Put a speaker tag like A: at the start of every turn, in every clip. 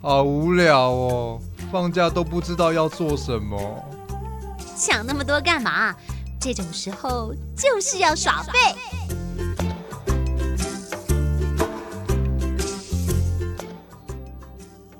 A: 好无聊哦，放假都不知道要做什么。
B: 想那么多干嘛？这种时候就是要耍废。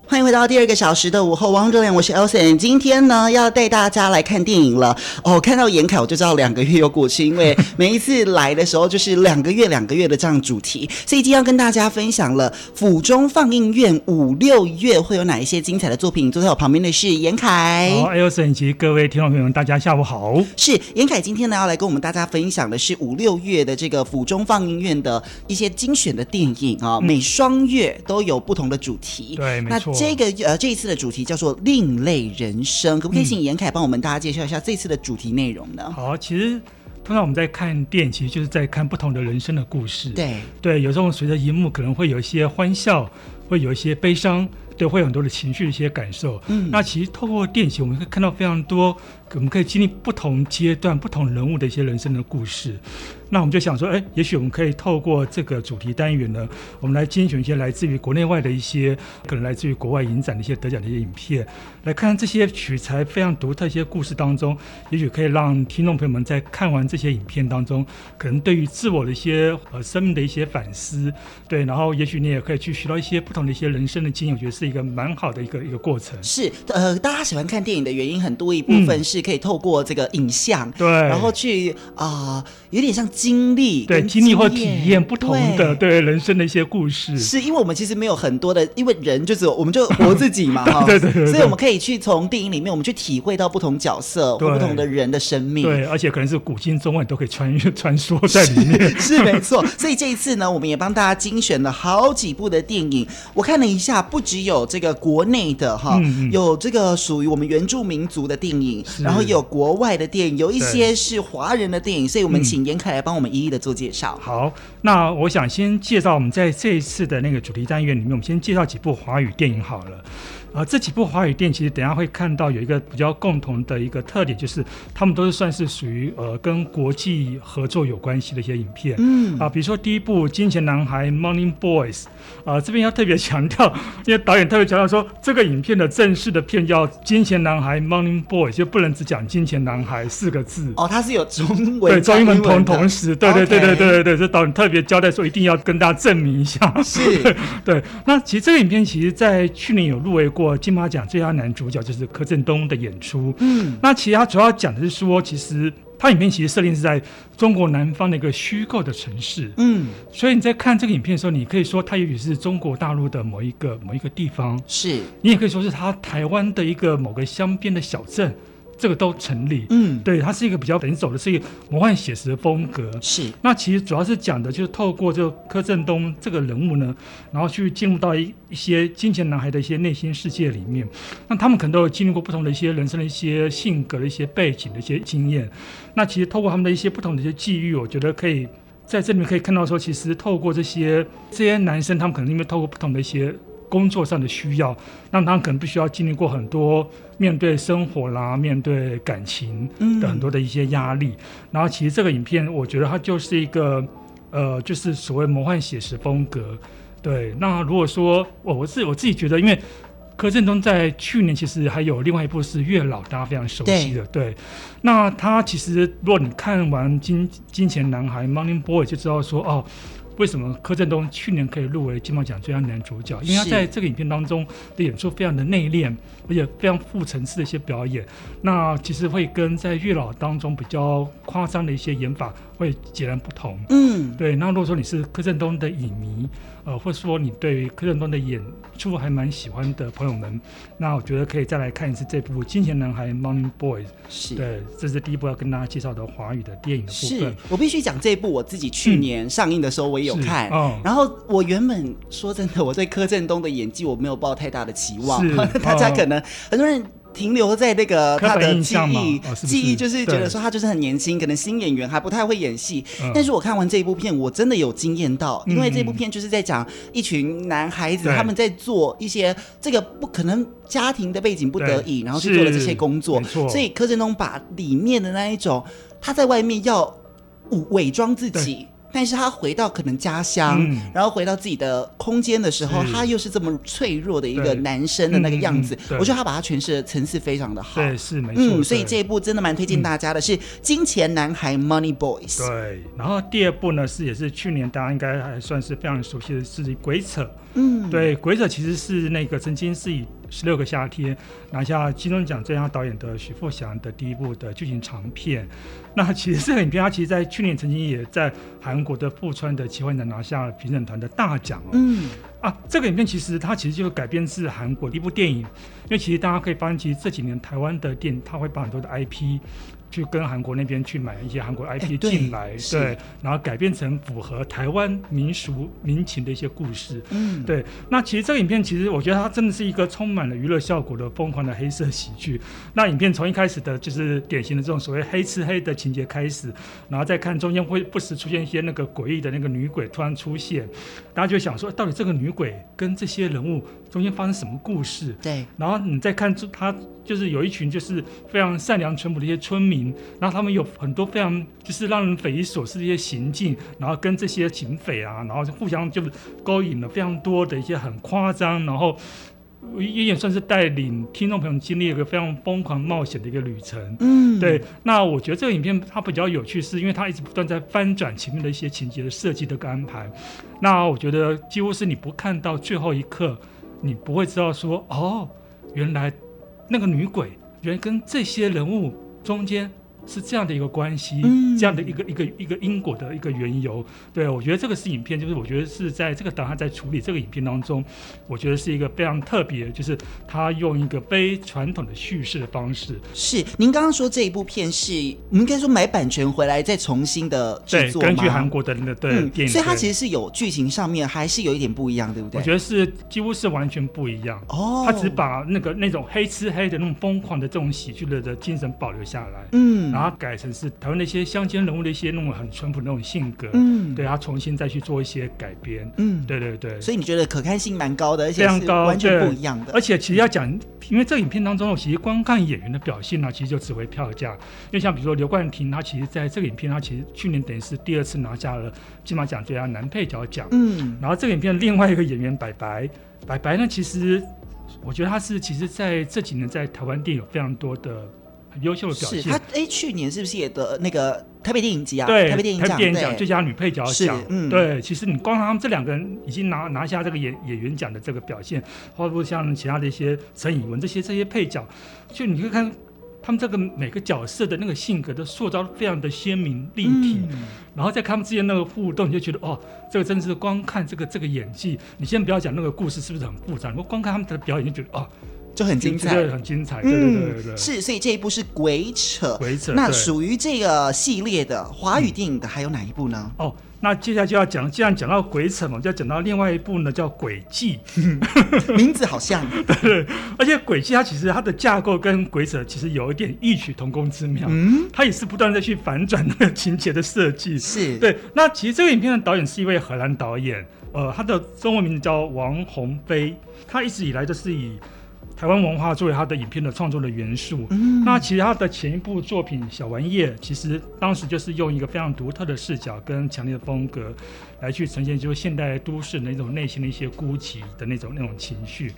C: 欢迎回到第二个小时的午后王 n 良，我是 Elson。今天呢，要带大家来看电影了。哦，看到严凯我就知道两个月又过去，因为每一次来的时候就是两个月、两个月的这样主题。所以今天要跟大家分享了府中放映院五六月会有哪一些精彩的作品。坐在我旁边的是严凯。
D: 好，Elson 以及各位听众朋友们，大家下午好。
C: 是严凯今天呢要来跟我们大家分享的是五六月的这个府中放映院的一些精选的电影啊、每双月都有不同的主题。
D: 对没
C: 那
D: 错
C: 这个呃这一次的主题叫做“另类人生”，可不可
D: 嗯
C: 以请严凯帮我们大家介绍一下这次的主题内容呢？
D: 好，其实通常我们在看电影，其实就是在看不同的人生的故事。
C: 对，
D: 对，有时候随着荧幕可能会有一些欢笑，会有一些悲伤，对，会有很多的情绪的一些感受。
C: 嗯
D: 那其实透过电影，我们会看到非常多，我们可以经历不同阶段、不同人物的一些人生的故事。那我们就想说，哎、也许我们可以透过这个主题单元呢，我们来精选一些来自于国内外的一些，可能来自于国外影展的一些得奖的一些影片，来看这些取材非常独特的一些故事当中，也许可以让听众朋友们在看完这些影片当中，可能对于自我的一些呃生命的一些反思，对，然后也许你也可以去学到一些不同的一些人生的经验，我觉得是一个蛮好的一个一个过程。
C: 是呃，大家喜欢看电影的原因很多一部分是可以透过这个影像，
D: 嗯对
C: 然后去啊、有点像经历
D: 对，
C: 跟
D: 经历或
C: 经
D: 体验不同的对人生的一些故事，
C: 是因为我们其实没有很多的，因为人就只有我 们就活自己嘛，哈，
D: 对对对对
C: 所以我们可以去从电影里面，我们去体会到不同角色或
D: 对
C: 不同的人的生命。
D: 对，而且可能是古今中外你都可以穿越穿梭在 里面。
C: 是没错，所以这一次呢，我们也帮大家精选了好几部的电影。我看了一下，不只有这个国内的哈，
D: 嗯嗯
C: 有这个属于我们原住民族的电影，然后也有国外的电影，有一些是华人的电影，所以我们请严凯来帮我们一一的做介绍。
D: 好，那我想先介绍我们在这一次的那个主题单元里面，我们先介绍几部华语电影好了。啊，这几部华语电影其实等一下会看到有一个比较共同的一个特点，就是他们都是算是属于呃跟国际合作有关系的一些影片。嗯啊，比如说第一部《金钱男孩》（Morning Boys），啊，这边要特别强调， 因为导演特别强调说，这个影片的正式的片叫《金钱男孩 Morning Boys》，就不能只讲“金钱男孩”四个字。
C: 哦，它是有中文
D: 对，
C: 加
D: 中英文同
C: 的
D: 同时，对对对
C: OK
D: 对对对对，这导演特别交代说一定要跟大家证明 一下。
C: 是
D: 对，那其实这个影片其实在去年有入围过金马奖最佳男主角，就是柯震东的演出。
C: 嗯，
D: 那其实他主要讲的是说，其实他影片其实设定是在中国南方的一个虚构的城市。
C: 嗯
D: 所以你在看这个影片的时候，你可以说它也许是中国大陆的某一个某一个地方，
C: 是
D: 你也可以说是它台湾的一个某个乡边的小镇，这个都成立。
C: 嗯
D: 对，它是一个比较等于走的是一个魔幻写实的风格。
C: 是
D: 那其实主要是讲的就是透过这个柯震东这个人物呢，然后去进入到一一些金钱男孩的一些内心世界里面。那他们可能都有经历过不同的一些人生的一些性格的一些背景的一些经验。那其实透过他们的一些不同的一些际遇，我觉得可以。在这里面可以看到说，其实透过这些这些男生，他们可能因为透过不同的一些工作上的需要，让他们可能必须要经历过很多面对生活啦、面对感情的很多的一些压力。然后其实这个影片，我觉得它就是一个呃，就是所谓魔幻写实风格。对，那如果说我我自我自己觉得，因为柯震东在去年其实还有另外一部是《月老》，大家非常熟悉的。对，那他其实如果你看完《金金钱男孩》《Morning Boy》，就知道说哦。为什么柯震东去年可以入围金马奖最佳男主角？因为他
C: 是
D: 在这个影片当中的演出非常的内敛，而且非常富层次的一些表演。那其实会跟在月老当中比较夸张的一些演法会截然不同。
C: 嗯
D: 对，那如果说你是柯震东的影迷，呃，或者说你对柯震东的演出还蛮喜欢的朋友们，那我觉得可以再来看一次这部《金钱男孩》（Morning Boys）。
C: 是。
D: 对，这是第一部要跟大家介绍的华语的电影的部
C: 是
D: 分。
C: 我必须讲这一部，我自己去年上映的时候我也有
D: 嗯是
C: 看。
D: 哦
C: 然后我原本说真的，我对柯震东的演技我没有抱太大的期望
D: 是，
C: 大家
D: 哦
C: 可能、很多人。停留在那个
D: 刻
C: 他
D: 板
C: 的
D: 印
C: 记
D: 象嘛
C: 忆，
D: 哦是不
C: 记忆
D: 是
C: 就是觉得
D: 对
C: 说他就是很年轻，可能新演员还不太会演戏。
D: 嗯
C: 但是我看完这一部片，我真的有惊艳到，因为这部
D: 嗯
C: 片就是在讲一群男孩子
D: 对
C: 他们在做一些这个不可能家庭的背景不得
D: 对
C: 已，然后去做了这
D: 是
C: 些工作
D: 没，错
C: 所以柯震东把里面的那一种他在外面要伪伪装自己。但是他回到可能家乡，
D: 嗯
C: 然后回到自己的空间的时候，
D: 是
C: 他又是这么脆弱的一个
D: 对
C: 男生的那个样子
D: 嗯嗯嗯。对
C: 我觉得他把它诠释的层次非常的好。
D: 对，是没错。
C: 嗯，所以
D: 对嗯
C: 这一部真的蛮推荐大家的，是《金钱男孩》（Money Boys）。
D: 对，然后第二部呢是也是去年大家应该还算是非常熟悉的是《鬼扯》。
C: 嗯，
D: 对，《鬼扯》其实是那个曾经是以《十六个夏天》拿下金钟奖最佳导演的许富祥的第一部的剧情长片。那其实这个影片，它其实在去年曾经也在韩国的富川的奇幻展拿下评审团的大奖哦。
C: 嗯，
D: 啊，这个影片其实它其实就是改编自韩国的一部电影，因为其实大家可以发现，其实这几年台湾的电影，它会把很多的 IP 去跟韩国那边去买一些韩国
C: 哎
D: IP
C: 对
D: 进来，
C: 是
D: 对，然后改编成符合台湾民俗民情的一些故事。
C: 嗯，
D: 对，那其实这个影片，其实我觉得它真的是一个充满了娱乐效果的疯狂的黑色喜剧。那影片从一开始的就是典型的这种所谓黑吃黑的情节开始，然后再看中间会不时出现一些那个诡异的那个女鬼突然出现，大家就想说，到底这个女鬼跟这些人物中间发生什么故事？
C: 对，
D: 然后你再看出他就是有一群就是非常善良淳朴的一些村民，然后他们有很多非常就是让人匪夷所思的一些行径，然后跟这些警匪啊，然后就互相就勾引了非常多的一些很夸张，然后有点算是带领听众朋友经历了一个非常疯狂冒险的一个旅程。
C: 嗯，
D: 对，那我觉得这个影片它比较有趣，是因为它一直不断在翻转前面的一些情节的设计的跟安排。那我觉得几乎是你不看到最后一刻，你不会知道说哦，原来那个女鬼原来跟这些人物中间。是这样的一个关系，
C: 嗯
D: 这样的一个一个一个因果的一个缘由，对我觉得这个是影片，就是我觉得是在这个导演在处理这个影片当中，我觉得是一个非常特别，就是他用一个非传统的叙事的方式，
C: 是。您刚刚说这一部片是，我们应该说买版权回来再重新的
D: 对
C: 制，作吗？嗯
D: 根据韩国的那个对、电影，
C: 所以它
D: 对
C: 其实是有剧情上面还是有一点不一样，对不对？
D: 我觉得是几乎是完全不一样。
C: 哦，
D: 他只把那个那种黑吃黑的那种疯狂的这种喜剧的的精神保留下来，
C: 嗯，
D: 然后改成是台湾那些乡间人物的一些那种很淳朴的那种性格，
C: 嗯
D: 对他重新再去做一些改编，
C: 嗯，
D: 对对对。
C: 所以你呃觉得可看性蛮高的，而
D: 非
C: 且
D: 常
C: 是
D: 高，
C: 完全
D: 对
C: 不一样的。
D: 而且其实要讲，因为这影片当中，其实光看演员的表现呢、啊其实就值回票价。因为像比如说刘冠廷，他其实在这个影片，他其实去年等于是第二次拿下了金马奖最佳男配角奖。
C: 嗯，
D: 然后这个影片另外一个演员白白，白白呢，其实我觉得他是其实在这几年在台湾电影有非常多的很优秀的表
C: 是
D: 现
C: 他。哎，去年是不是也得那个台北电影节啊？
D: 对，
C: 台北电影奖，
D: 奖最
C: 对，
D: 佳女配角奖
C: 是，嗯
D: 对，其实你光他们这两个人已经拿拿下这个演演员奖的这个表现，包括像其他的一些陈以文这些这些配角，就你可以看他们这个每个角色的那个性格都塑造得非常的鲜明立体，
C: 嗯
D: 然后再看他们之间那个互动，你就觉得哦，这个真的是光看这个这个演技，你先不要讲那个故事是不是很复杂，你光看他们的表演就觉得哦，
C: 就很精彩
D: 就觉。得很精彩，对对对对对，
C: 嗯，是，所以这一部是鬼扯。
D: 鬼扯
C: 那
D: 对
C: 属于这个系列的华语电影的还有哪一部呢？
D: 哦，那接下来就要讲，既然讲到鬼扯嘛，我们就要讲到另外一部呢，叫《轨迹》。
C: 名字好像，
D: 而且《轨迹》它其实它的架构跟《鬼扯》其实有一点异曲同工之妙，
C: 嗯，
D: 它也是不断的去反转那个情节的设计。
C: 是，，
D: 对，那其实这个影片的导演是一位荷兰导演，呃，他的中文名字叫王鸿飞，他一直以来就是以台湾文化作为他的影片的创作的元素。
C: 嗯，
D: 那其实他的前一部作品《小玩意》，其实当时就是用一个非常独特的视角跟强烈的风格，来去呈现就是现代都市的那种内心的一些孤寂的那种那种情绪。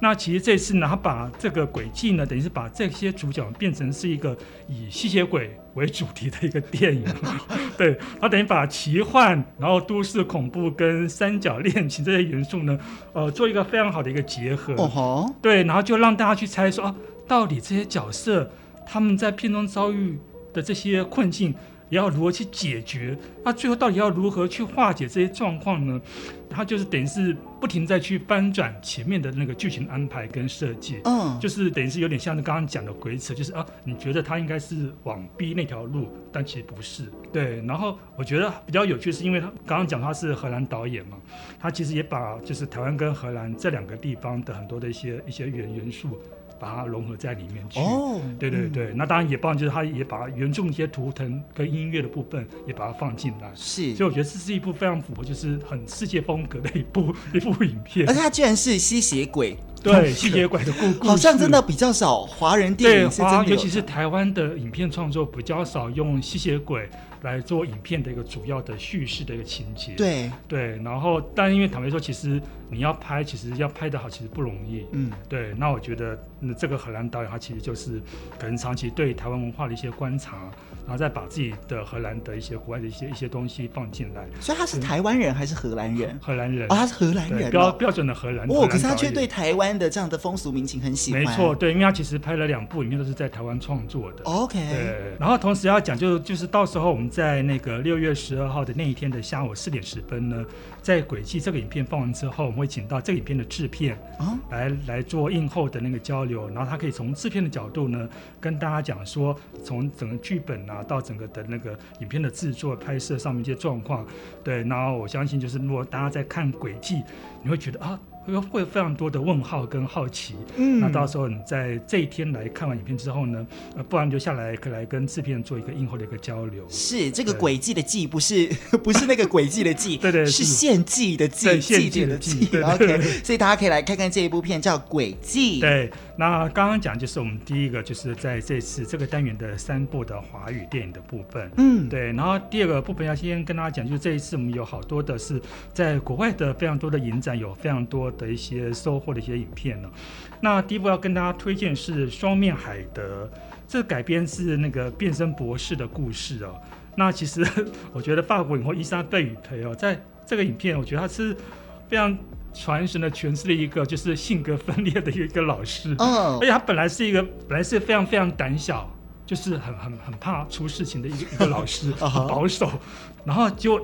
D: 那其实这次呢，他把这个轨迹呢，等于是把这些主角变成是一个以吸血鬼为主题的一个电影， 对，他等于把奇幻，然后都市恐怖跟三角恋情这些元素呢，呃，做一个非常好的一个结合。
C: 哦吼，
D: 对，然后就让大家去猜说啊，到底这些角色他们在片中遭遇的这些困境，也要如何去解决？那最后到底要如何去化解这些状况呢？他就是等于是不停在去翻转前面的那个剧情安排跟设计。
C: 嗯，
D: 就是等于是有点像刚刚讲的鬼扯，就是啊，你觉得他应该是往 B 那条路，但其实不是。对，然后我觉得比较有趣是因为他刚刚讲他是荷兰导演嘛，他其实也把就是台湾跟荷兰这两个地方的很多的一些一些元元素，把它融合在里面去。
C: 哦，
D: 对对对，那当然也包含就是他也把原著一些图腾跟音乐的部分也把它放进来，
C: 是
D: 所以我觉得这是一部非常符合就是很世界风格的一部 一部影片
C: 而。且它居然是吸血鬼，
D: 对，吸血鬼的故故事
C: 好像真的比较少华人电
D: 对
C: 影是真
D: 华，
C: 的有，
D: 尤其是台湾的影片创作比较少用吸血鬼来做影片的一个主要的叙事的一个情节。
C: 对，
D: 对，然后但因为坦白说，其实你要拍，其实要拍得好，其实不容易。
C: 嗯，
D: 对，那我觉得嗯这个荷兰导演他其实就是可能长期对台湾文化的一些观察，然后再把自己的荷兰的一些国外的一些一些东西放进来。
C: 所以他是台湾人还是荷兰人？
D: 荷兰人
C: 哦，，他是荷兰
D: 嗯对
C: 人
D: 标
C: 哦。
D: 标准的荷兰。荷
C: 哦，
D: 兰
C: 可是他
D: 导
C: 却
D: 演
C: 对台湾的这样的风俗民情很喜欢。
D: 没错，对，因为他其实拍了两部影片都是在台湾创作的。
C: ，OK，
D: 对，然后同时要讲就就是到时候我们在那个六月十二号的那一天的下午四点十分呢，在《轨迹》这个影片放完之后，我们会请到这个影片的制片
C: 哦
D: 来来做映后的那个交流，然后他可以从制片的角度呢跟大家讲说，从整个剧本啊到整个的那个影片的制作拍摄上面一些状况，对，然后我相信就是如果大家在看《轨迹》，你会觉得啊。会会有非常多的问号跟好奇，
C: 嗯
D: 那到时候你在这一天来看完影片之后呢，呃，不然就下来可以来跟制片做一个映后的一个交流。
C: 是这个
D: 对
C: 轨迹的迹，不是 不是那个轨迹的迹，
D: 对对
C: 是
D: 是
C: 献祭的祭，
D: 对献
C: 祭奠
D: 祭
C: 的
D: 的
C: 祭
D: 祭。对对
C: OK，所以大家可以来看看这一部片叫《轨迹》。
D: 对，那刚刚讲就是我们第一个就是在这次这个单元的三部的华语电影的部分。
C: 嗯，
D: 对，然后第二个部分要先跟大家讲，就是这一次我们有好多的是在国外的非常多的影展，有非常多的一些收获的一些影片呢。那第一部要跟大家推荐是《双面海德》，这改编是那个变身博士的故事哦。那其实 我觉得法国影后伊莎贝雨培哦，在这个影片，我觉得她是非常传神的诠释了一个就是性格分裂的一个老师。
C: 哦
D: 而且他本来是一个本来是非常非常胆小，就是很很很怕出事情的一个一个老师，
C: 啊哈
D: 很保守。然后结果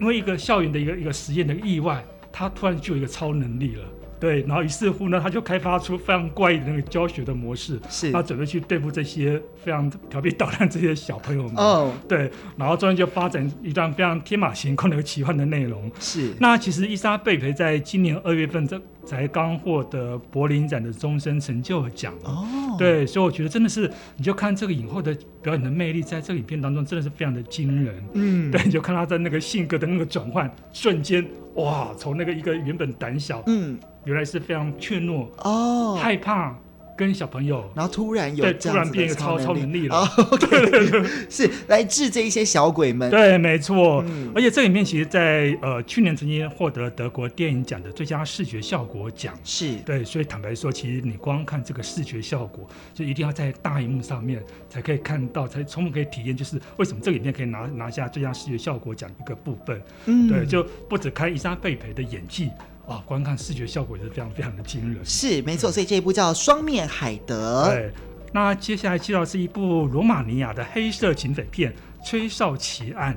D: 因为一个校园的一个一个实验的意外，他突然就有一个超能力了。对，然后于是乎呢，他就开发出非常怪异的那个教学的模式，
C: 是
D: 他准备去对付这些非常调皮捣蛋这些小朋友们。
C: 哦，
D: 对，然后中间就发展一段非常天马行空的一个奇幻的内容。
C: 是
D: 那其实伊莎贝培在今年二月份这才刚获得柏林展的终身成就奖哦。
C: 哦，
D: 对，所以我觉得真的是，你就看这个影后的表演的魅力，在这个影片当中真的是非常的惊人。
C: 嗯，
D: 对，你就看她在那个性格的那个转换，瞬间哇，从那个一个原本胆小，
C: 嗯，
D: 原来是非常怯懦、
C: 哦，嗯
D: 害怕，跟小朋友
C: 然后突然有
D: 对
C: 这样
D: 突然
C: 子
D: 变
C: 的
D: 一个超超能力了。
C: 哦，OK，是来治这一些小鬼们。
D: 对，没错。
C: 嗯
D: 而且这里面其实在，呃去年曾经获得德国电影奖的最佳视觉效果奖。
C: 是
D: 对，所以坦白说，其实你光看这个视觉效果，就一定要在大荧幕上面才可以看到，才充分可以体验，就是为什么这个影片可以拿拿下最佳视觉效果奖一个部分。
C: 嗯
D: 对，就不只看伊莎贝培的演技，哇，光看视觉效果也是非常非常的惊人。
C: 是没错，所以这一部叫《双面海德》。
D: 嗯对，那接下来介绍是一部罗马尼亚的黑色警匪片《吹哨奇案》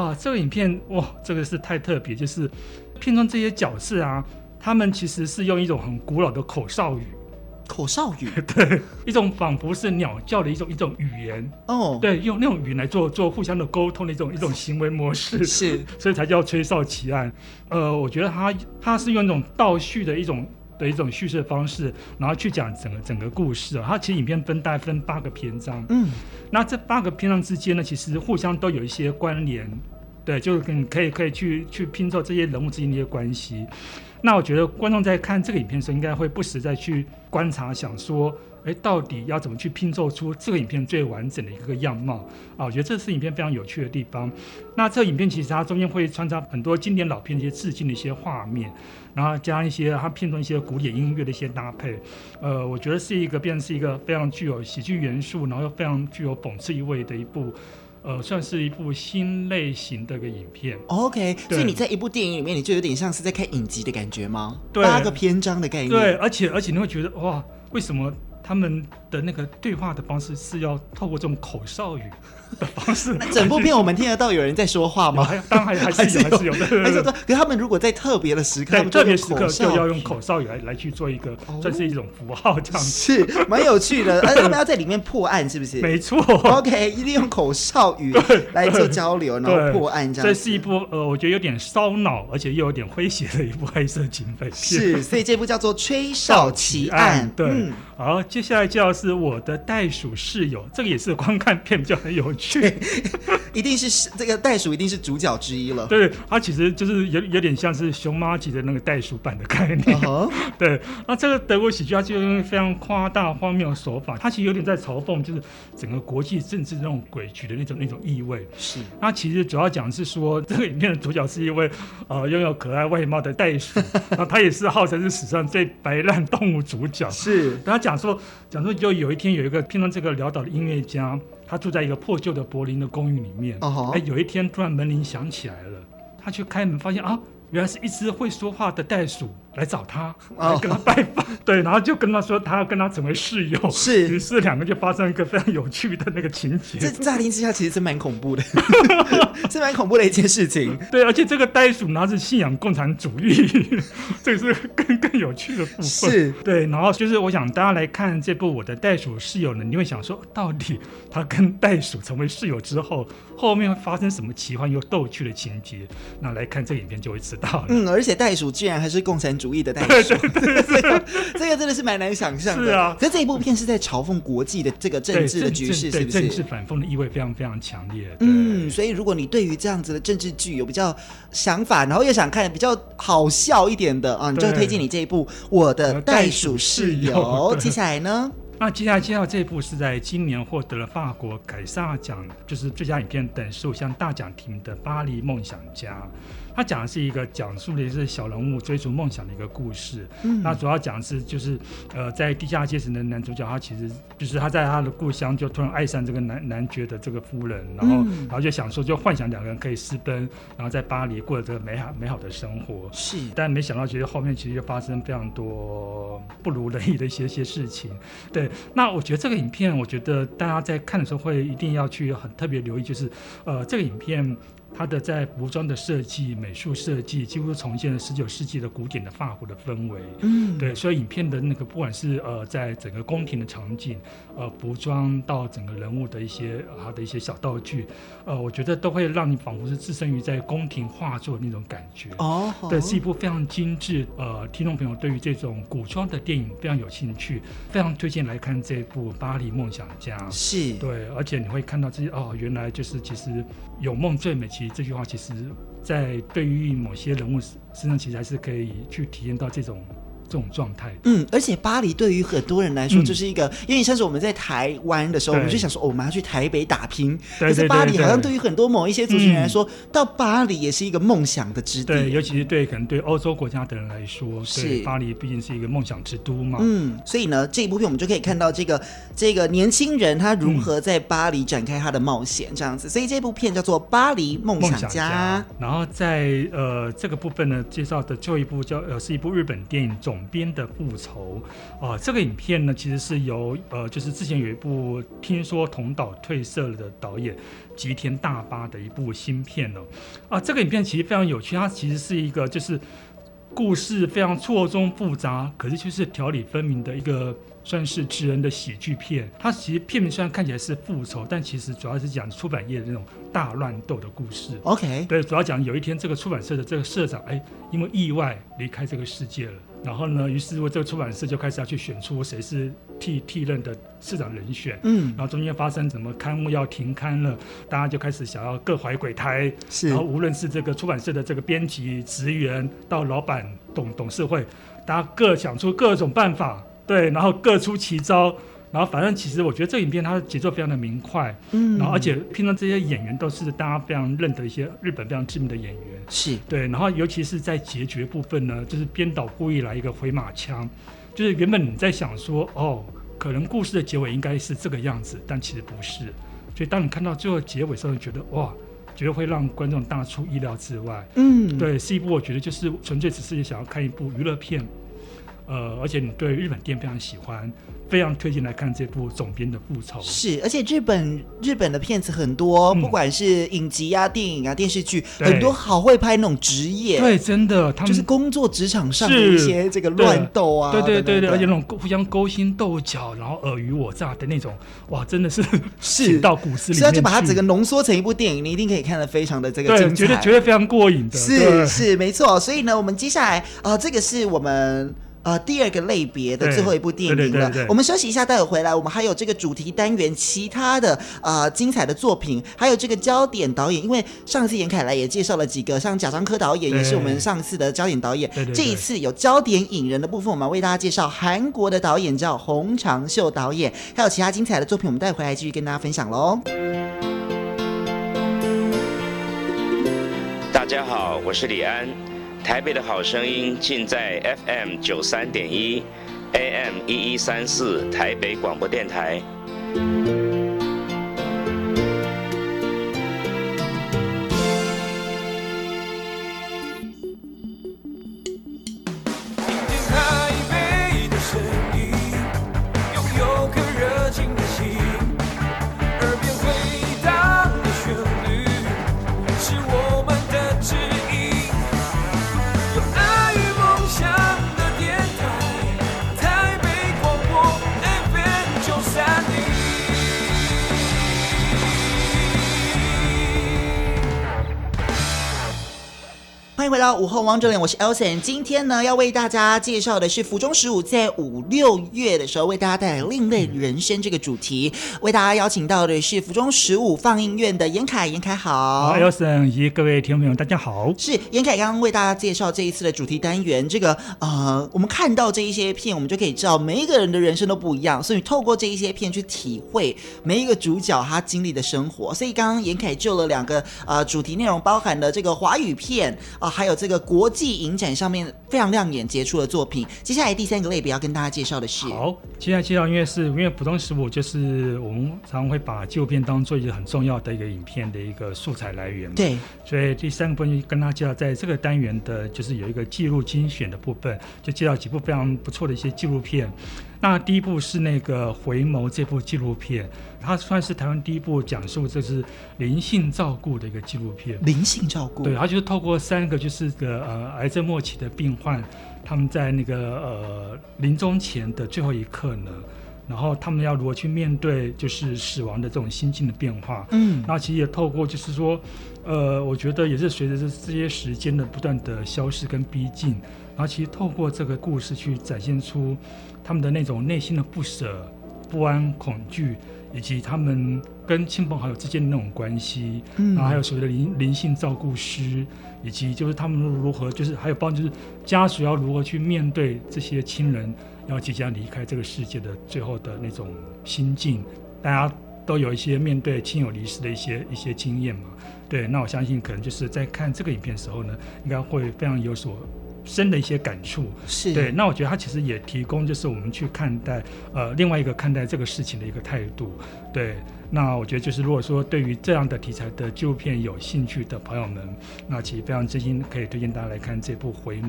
D: 啊，这个影片哇，这个是太特别，就是片中这些角色啊，他们其实是用一种很古老的口哨语，
C: 口哨 语
D: 一种仿佛是鸟叫的一种一种语言，
C: 哦，
D: 对，用那种语言来做做互相的沟通的一种一种行为 模式，
C: 是
D: 所以才叫吹哨奇案。呃，我觉得他他是用一种倒叙的一种的一种叙事方式，然后去讲整个整个故事、哦。它其实影片分大概分八个篇章，
C: 嗯，
D: 那这八个篇章之间呢，其实互相都有一些关联，对，就是你可以可以去去拼凑这些人物之间的一些关系。那我觉得观众在看这个影片的时候，应该会不时再去观察，想说，诶，到底要怎么去拼凑出这个影片最完整的一个样貌啊？我觉得这是影片非常有趣的地方。那这个影片其实它中间会穿插很多经典老片的一些致敬的一些画面，然后加上一些它片中一些古典音乐的一些搭配，呃，我觉得是一个变成是一个非常具有喜剧元素，然后又非常具有讽刺意味的一部，呃，算是一部新类型的一个影片。
C: OK，所
D: 对
C: 以你在一部电影里面，你就有点像是在看影集的感觉吗？
D: 对
C: 八个篇章的概念。
D: 对，，啊而且而且你会觉得哇，为什么他们的那个对话的方式是要透过这种口哨语的 方式来去？
C: 整部片我们听得到有人在说话
D: 有
C: 吗？
D: 还当然还还是有还是有的，对
C: 还是
D: 对
C: 有
D: 对
C: 可是他们如果在特别的时刻，他
D: 对，
C: 们就
D: 特别
C: 用
D: 时刻
C: 口
D: 就
C: 哨哦
D: 要用口哨语来来去做一个，算是一种符号这样子。
C: 是蛮有趣的， 而且他们要在里面破案，是不是？
D: 没错，
C: OK，一定用口哨语来做交流，然
D: 对，
C: 后破案这
D: 这
C: 样。
D: 是一部呃，我觉得有点烧脑，而且又有点诙谐的一部 黑色警匪片。
C: 是，所以这部叫做《吹哨奇案》。
D: 对，
C: 嗯
D: 好，接下来就要是我的袋鼠室友，这个也是光看片比较很有趣。
C: 一定是这个袋鼠一定是主角之一了。
D: 对，它其实就是有有点像是熊猫级的那个袋鼠版的概 念。
C: 嗯哼，
D: 对，那这个德国喜剧它就用非常夸大荒谬的手法，它其实有点在嘲讽，就是整个国际政治那种诡谲的那种那种意味。
C: 是
D: 那其实主要讲是说，这个影片的主角是一位呃拥有可爱外貌的 袋鼠，然后他也是号称是史上最白烂动物主 角。
C: 是，
D: 他讲说，讲说就有一天有一个听到这个潦倒的音乐家，他住在一个破旧的柏林的公寓里面。
C: 哦吼
D: 哎，有一天突然门铃响起来了，他去开门发现啊，原来是一只会说话的袋鼠来找他，
C: 哦
D: 来跟他拜访。对，然后就跟他说他要跟他成为室友。
C: 是
D: 于是两个就发生一个非常有趣的那个情节。
C: 这乍听之下其实是蛮恐 怖的，是蛮恐怖的一件事情。
D: 对，而且这个袋鼠它是信仰共产主义， 这是更更有趣的部分。
C: 是，
D: 对，然后就是我想大家来看这部《我的袋鼠室友》呢，你会想说，到底他跟袋鼠成为室友之后，后面会发生什么奇幻又逗趣的情节？那来看这个影片就会知道了。
C: 嗯，而且袋鼠居然还是共产主义的袋鼠， 这个这个真的是蛮难想象的。
D: 是啊
C: 可这一部片是在嘲讽国际的这个
D: 对
C: 政治的局势，
D: 对
C: 是不
D: 政治
C: 是？
D: 反讽的意味非常非常强烈。对
C: 嗯，所以如果你对于这样子的政治剧有比较想法，然后又想看比较好笑一点的啊，你就
D: 对
C: 推荐你这一部《我的袋鼠室友
D: 我的袋鼠室》。友
C: 接下来 呢？
D: 那接下来介绍这一部是在今年获得了法国凯撒奖，就是最佳影片等十五项大奖提名的《巴黎梦想家》。它讲的是一个讲述的是小人物追逐梦想的一个故事。嗯，那主要讲的是就是呃，在地下阶层的男主角，他其实就是呃他在他的故乡就突然爱上这个男男爵的这个夫人，然后、然后就想说就幻想两个人可以私奔，然后在巴黎过着这个美好美好的生活。
C: 是
D: 但没想到，其实后面其实又发生非常多不如人意的一些一些事情。对，那我觉得这个影片，我觉得大家在看的时候会一定要去很特别留意，就是呃，这个影片它的在服装的设计、美术设计，几乎重现了十九世纪的古典的法国的氛围。
C: 嗯，
D: 对，所以影片的那个不管是呃在整个宫廷的场景，呃服装到整个人物的一些呃他的一些小道具，呃，我觉得都会让你仿佛是置身于在宫廷画作的那种感觉。
C: 哦，
D: 对，是一部非常精致。呃，听众朋友对于这种古装的电影非常有兴趣，非常推荐来看这部《巴黎梦想家》。
C: 是，
D: 对，而且你会看到这些哦，原来就是其实有梦最美。其实这句话其实，在对于某些人物身上，其实还是可以去体验到这种这种状态的。
C: 嗯，而且巴黎对于很多人来说，
D: 嗯
C: 就是一个，因为像是我们在台湾的时候，我
D: 对
C: 们就想说，哦，我们要去台北打拼。
D: 对
C: 可是
D: 对
C: 巴
D: 对
C: 黎
D: 对嗯
C: 好像对于很多某一些族群人来说，到巴黎也是一个梦想的之
D: 对，
C: 地。
D: 尤其是对可能对欧洲国家的人来说，
C: 是
D: 对巴黎毕竟是一个梦想之都嘛。
C: 嗯，所以呢，这一部片我们就可以看到这个这个年轻人他如何在巴黎展开他的冒险，这样子。所以这部片叫做《巴黎梦
D: 梦
C: 想
D: 想
C: 家
D: 家。然后在呃这个部分呢，介绍的最后一部叫呃是一部日本电影《总编的复仇》啊、这个影片呢其实是由呃就是之前有一部听说同导褪色了的导演吉田大巴的一部新片哦啊、这个影片其实非常有趣，它其实是一个就是故事非常错综复杂，可是却是条理分明的一个算是智恩的喜剧片。它其实片名虽然看起来是复仇，但其实主要是讲出版业的那种大乱斗的故事。
C: OK，
D: 对，主要讲有一天这个出版社的这个社长，哎，因为意外离开这个世界了。然后呢，于是乎这个出版社就开始要去选出谁是替替任的市长人选。
C: 嗯，
D: 然后中间发生什么刊物要停刊了，大家就开始想要各怀鬼胎，
C: 是
D: 然后无论是这个出版社的这个编辑、职员到老板、董董事会，大家各想出各种办法，对，然后各出奇招。然后反正其实我觉得这影片它的节奏非常的明快，
C: 嗯
D: 然后而且拼到这些演员都是大家非常认得一些日本非常知名的演员，
C: 是
D: 对，然后尤其是在结局部分呢，就是编导故意来一个回马枪，就是原本你在想说，哦，可能故事的结尾应该是这个样子，但其实不是。所以当你看到最后结尾的时候，你觉得哇，觉得会让观众大出意料之外。
C: 嗯，
D: 对，是一部我觉得就是纯粹只是想要看一部娱乐片，呃，而且你对日本电影非常喜欢，非常推荐来看这部《总编的复仇》。
C: 是，而且日本日本的片子很多，
D: 嗯
C: 不管是影集啊、电影啊、电视剧，
D: 对
C: 很多好会拍那种职业，
D: 对，真的，他们
C: 就是工作职场上的一些这个乱斗啊，
D: 对对对对，
C: 等
D: 而且那
C: 等
D: 种勾互相勾心斗角，然后尔虞我诈的那种，哇，真的是
C: 是
D: 请到股市里
C: 所以他
D: 面
C: 就把它
D: 去
C: 整个浓缩成一部电影，你一定可以看得非常的这个
D: 对，
C: 精
D: 绝对
C: 彩啊
D: 绝。对非常过瘾的，对
C: 是是没错，所以呢，我们接下来啊、呃这个是我们呃第二个类别的
D: 对
C: 最后一部电影了。
D: 对对对对
C: 我们休息一下，待会回来，我们还有这个主题单元其他的呃精彩的作品，还有这个焦点导演，因为上次严凯莱也介绍了几个，像贾樟柯导演
D: 对
C: 也是我们上次的焦点导演，
D: 对对对
C: 这一次有焦点影人的部分，我们要为大家介绍韩国的导演叫洪长秀导演，还有其他精彩的作品，我们待会回来继续跟大家分享喽。
E: 大家好，我是李安。台北的好声音尽在 FM 九三点一，AM 一一三四台北广播电台。
F: 听台北的声音，拥有颗热情的心，耳边回荡的旋律是我们的指引。有爱与梦想的电台，台北广播 FM 九三零。
C: 欢迎回到午后王者脸，我是 Elson。今天呢，要为大家介绍的是《服装十五》在五六月的时候为大家带来“另类人生”这个主题。为大家邀请到的是《服装十五》放映院的严凯，严凯好。
D: 好，Elson 以及各位听众朋友，大家好。
C: 是严凯刚刚为大家介绍这一次的主题单元，这个呃，我们看到这一些片，我们就可以知道每一个人的人生都不一样，所以透过这一些片去体会每一个主角他经历的生活。所以刚刚严凯就了两个呃主题内容，包含了这个华语片啊、还有这个国际影展上面非常亮眼杰出的作品。接下来第三个类别要跟大家介绍的是，
D: 好，接下来介绍，因为是因为普通食谱就是我们常常会把纪录片当做一个很重要的一个影片的一个素材来源嘛。
C: 对，
D: 所以第三个部分就跟大家介绍，在这个单元的就是有一个记录精选的部分，就介绍几部非常不错的一些纪录片。那第一部是那个《回眸》这部纪录片，它算是台湾第一部讲述这是灵性照顾的一个纪录片。
C: 灵性照顾，
D: 对，啊他就是透过三个就是个呃癌症末期的病患，他们在那个呃临终前的最后一刻呢，然后他们要如何去面对就是死亡的这种心境的变化。
C: 嗯，
D: 那其实也透过就是说，呃，我觉得也是随着这这些时间的不断的消逝跟逼近，然后其实透过这个故事去展现出他们的那种内心的不舍、不安、恐惧，以及他们跟亲朋好友之间的那种关系，
C: 嗯
D: 然后还有所谓的灵灵性照顾师，以及就是他们如何就是还有帮就是家属要如何去面对这些亲人要即将离开这个世界的最后的那种心境，大家都有一些面对亲友离世的一些一些经验嘛。对，那我相信可能就是在看这个影片的时候呢，应该会非常有所深的一些感触。
C: 是，
D: 对，那我觉得它其实也提供就是我们去看待呃另外一个看待这个事情的一个态度。对，那我觉得就是如果说对于这样的题材的纪录片有兴趣的朋友们，那其实非常真心可以推荐大家来看这部《回眸》。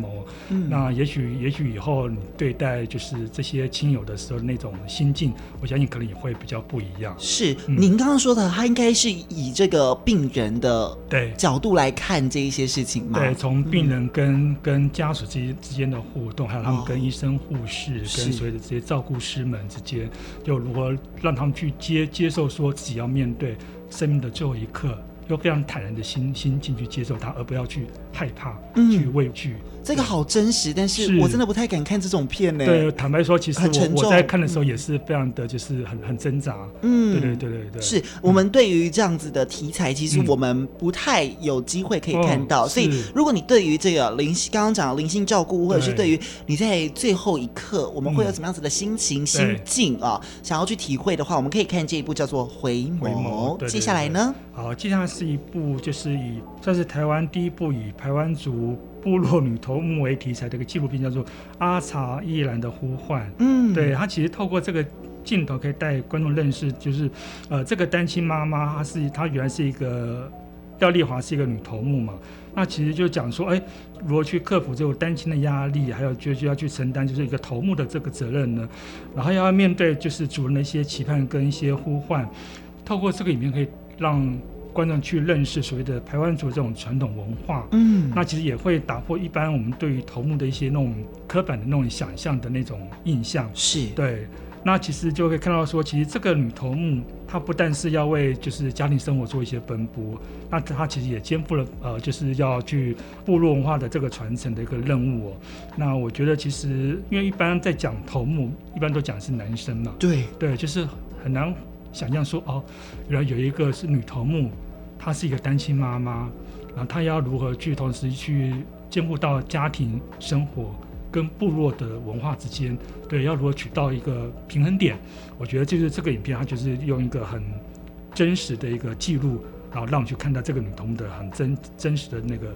C: 嗯
D: 那也许也许以后你对待就是这些亲友的时候那种心境，我相信可能也会比较不一样。
C: 是
D: 嗯
C: 您刚刚说的，他应该是以这个病人的
D: 对，
C: 角度来看这一些事情嘛？
D: 对，从病人跟、跟家属之间之间的互动，还有他们跟医生、护士、
C: 是
D: 跟所有的这些照顾师们之间，又如何让他们去接接受说自己要面对生命的最后一刻，用非常坦然的心心境去接受它，而不要去害怕、
C: 嗯
D: 去畏惧。
C: 这个好真实，但是
D: 是
C: 我真的不太敢看这种片呢、
D: 对，，坦白说，其实
C: 很沉
D: 我
C: 重
D: 我在看的时候也是非常的，就是很很挣扎。
C: 嗯
D: 对对对对对，
C: 是我们对于这样子的题材，其实
D: 嗯
C: 我们不太有机会可以看到，
D: 哦
C: 所以
D: 是
C: 如果你对于这个灵性，刚刚讲的灵性照顾，或者是对
D: 对
C: 于你在最后一刻我们会有
D: 嗯
C: 什么样子的心情、心
D: 对
C: 境啊，想要去体会的话，我们可以看这一部叫做《回眸》，
D: 回眸对对
C: 接下来呢？
D: 好，接下来是一部就是以算是台湾第一部以台湾族部落女头目为题材的一个纪录片，叫做《阿查依兰的呼唤》。
C: 嗯，
D: 对，它其实透过这个镜头可以带观众认识，就是呃，这个单亲妈妈她是她原来是一个廖丽华是一个女头目嘛，那其实就讲说，哎，如何去克服这种单亲的压力，还有就就要去承担就是一个头目的这个责任呢，然后要面对就是主人的一些期盼跟一些呼唤，透过这个影片可以让观众去认识所谓的台湾族这种传统文化，
C: 嗯，
D: 那其实也会打破一般我们对于头目的一些那种刻板的那种想象的那种印象。
C: 是
D: 对，那其实就可以看到说，其实这个女头目她不但是要为就是家庭生活做一些奔波，那她其实也肩负了呃就是要去部落文化的这个传承的一个任务哦。那我觉得其实因为一般在讲头目，一般都讲是男生嘛，
C: 对，
D: 对，就是很难想象说哦，原来有一个是女头目，她是一个单亲妈妈，然后她要如何去同时去兼顾到家庭生活跟部落的文化之间，对，要如何取到一个平衡点？我觉得就是这个影片，它就是用一个很真实的一个记录，然后让我们去看到这个女头目的很真真实的那个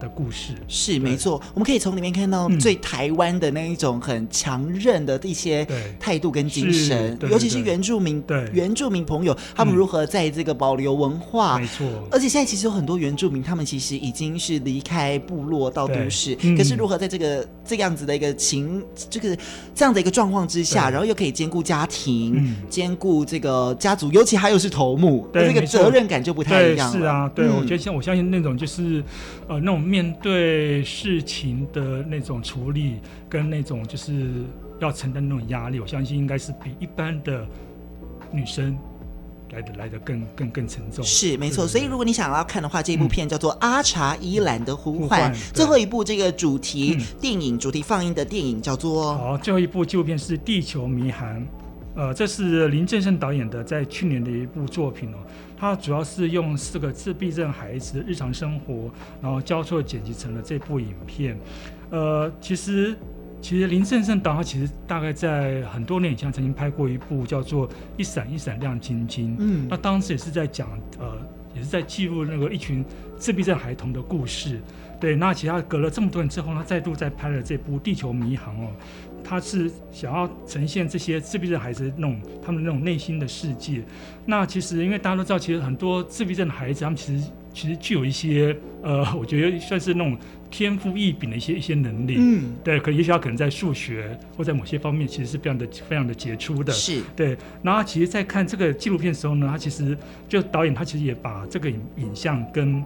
D: 的故事。
C: 是
D: 对
C: 没错，我们可以从里面看到
D: 嗯
C: 最台湾的那一种很强韧的一些
D: 对
C: 态度跟精
D: 是
C: 神，
D: 对
C: 尤
D: 对
C: 其是
D: 对
C: 原住民
D: 对
C: 原住民朋友他们
D: 嗯
C: 如何在这个保留文化
D: 没。错，
C: 而且现在其实有很多原住民，他们其实已经是离开部落到都
D: 对
C: 市，
D: 嗯
C: 可是如何在这个这样子的一个情，这个这样的一个状况之下，
D: 对
C: 然后又可以兼顾家庭，
D: 嗯
C: 兼顾这个家族，尤其还有是头目，
D: 对
C: 那这个
D: 没错
C: 责任感就不太一
D: 对，
C: 样了。
D: 是啊，对，我
C: 嗯
D: 觉得像我相信那种就是，呃，那种面对事情的那种处理，跟那种就是要承担那种压力，我相信应该是比一般的女生来的来的更更更沉重。
C: 是没错，
D: 对嗯
C: 所以如果你想要看的话，这一部片叫做《阿查伊兰的呼
D: 呼
C: 唤
D: 唤》，
C: 最
D: 对
C: 后一部这个主题
D: 嗯
C: 电影主题放映的电影叫做
D: 好，最后一部纪录片是《地球迷航》，呃，这是林正盛导演的在去年的一部作品哦。他主要是用四个自闭症孩子的日常生活，然后交错剪辑成了这部影片。呃，其实其实林正盛导他其实大概在很多年以前曾经拍过一部叫做《一闪一闪亮晶晶》，
C: 嗯
D: 那当时也是在讲呃，也是在记录那个一群自闭症孩童的故事。对，那其实他隔了这么多年之后，他再度再拍了这部《地球迷航》哦，他是想要呈现这些自闭症孩子那种他们那种内心的世界。那其实因为大家都知道，其实很多自闭症的孩子，他们其实其实具有一些呃， 我觉得算是那种天赋异禀的一些一些能力。
C: 嗯
D: 对，可也许他可能在数学或在某些方面，其实是非常的非常的杰出的。
C: 是
D: 对，然后他其实，在看这个纪录片的时候呢，他其实就导演他其实也把这个影影像跟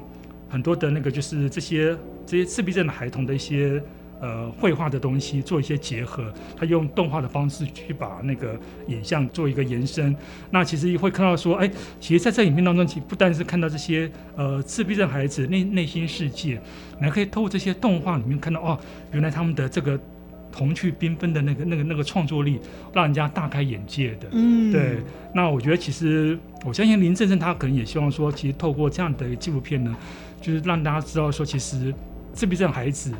D: 很多的那个就是这些这些自闭症的孩童的一些呃绘画的东西做一些结合，他用动画的方式去把那个影像做一个延伸。那其实会看到说，哎，其实在这影片当中，其实不单是看到这些呃自闭症孩子内内心世界，你还可以透过这些动画里面看到哦，原来他们的这个。童趣缤纷的那个、那个、那个创作力，让人家大开眼界的。
C: 嗯
D: 对，那我觉得其实我相信林正正他可能也希望说，其实透过这样的纪录片呢，就是让大家知道说，其实自闭症孩子，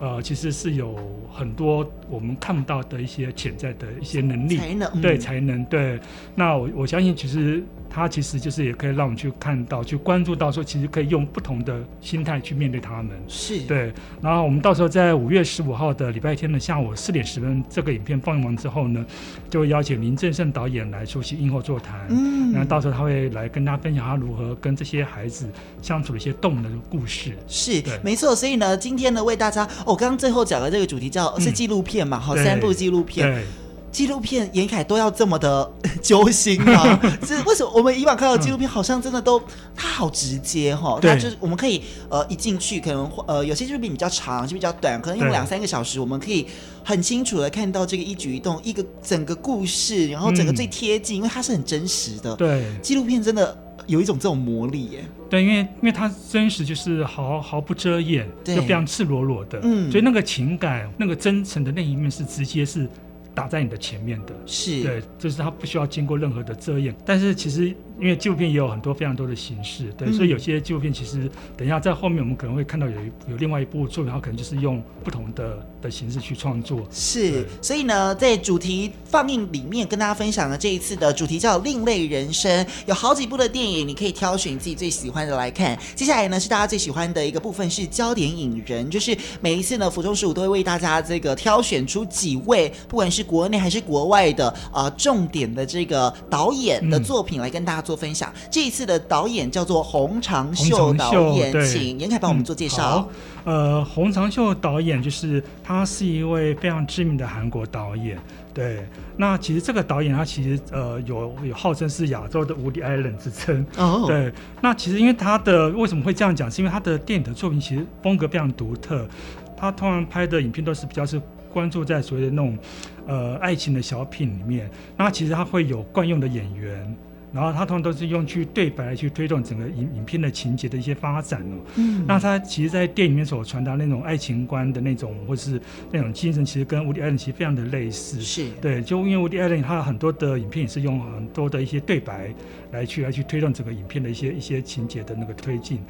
D: 呃，其实是有很多我们看不到的一些潜在的一些能力。
C: 才能嗯
D: 对，才能对。那我我相信，其实他其实就是也可以让我们去看到、去关注到，说其实可以用不同的心态去面对他们。
C: 是
D: 对，然后我们到时候在五月十五号的礼拜天的下午四点十分，这个影片放映完之后呢，就会邀请林正盛导演来出席映后座谈。
C: 嗯
D: 那到时候他会来跟大家分享他如何跟这些孩子相处的一些动人的故事。
C: 是
D: 对
C: 没错，所以呢，今天呢为大家，哦，刚刚最后讲的这个主题叫、哦是
D: 嗯
C: 纪录片嘛，好，
D: 对
C: 三部纪录片，
D: 对，
C: 纪录片严凯都要这么的 揪心 吗？这为什么我们以往看到的纪录片好像真的都它好直接哈？
D: 对
C: 它就是我们可以呃一进去可能呃有些纪录片比较长，有些比较短，可能用
D: 对
C: 两三个小时，我们可以很清楚的看到这个一举一动，一个整个故事，然后整个
D: 嗯
C: 最贴近，因为它是很真实的。
D: 对，
C: 纪录片真的有一种这种魔力耶。
D: 对，因为因为它真实就是毫毫不遮掩，
C: 对
D: 就非常赤裸裸的，
C: 嗯
D: 所以那个情感、那个真诚的那一面是直接是打在你的前面的。
C: 是，
D: 对，就是它不需要经过任何的遮掩。但是其实因为纪录片也有很多非常多的形式，对，
C: 嗯
D: 所以有些纪录片其实等一下在后面我们可能会看到有一有另外一部作品，它可能就是用不同的的形式去创作。
C: 是
D: 对，
C: 所以呢，在主题放映里面跟大家分享的这一次的主题叫《另类人生》，有好几部的电影，你可以挑选自己最喜欢的来看。接下来呢，是大家最喜欢的一个部分是焦点影人，就是每一次呢，服装十五都会为大家这个挑选出几位，不管是国内还是国外的呃重点的这个导演的
D: 嗯
C: 作品来跟大家做分享。这一次的导演叫做洪长
D: 洪
C: 秀
D: 长
C: 导
D: 秀
C: 演，
D: 对
C: 请严凯帮我们做介
D: 嗯
C: 绍
D: 好。呃，洪长秀导演就是他是一位非常知名的韩国导演。对，那其实这个导演他其实呃有有号称是亚洲的无敌 Allen 之称。
C: 哦，
D: 对，那其实因为他的为什么会这样讲，是因为他的电影的作品其实风格非常独特，他通常拍的影片都是比较是关注在所谓的那种呃爱情的小品里面。那其实它会有惯用的演员。然后它通常都是用去对白来去推动整个影影片的情节的一些发展哦。
C: 嗯，
D: 那它其实，在电影里面所传达那种爱情观的那种，或是那种精神，其实跟无敌艾伦其实非常的类似。
C: 是
D: 对，就因为无敌艾伦他很多的影片也是用很多的一些对白来去来去推动整个影片的一些一些情节的那个推进。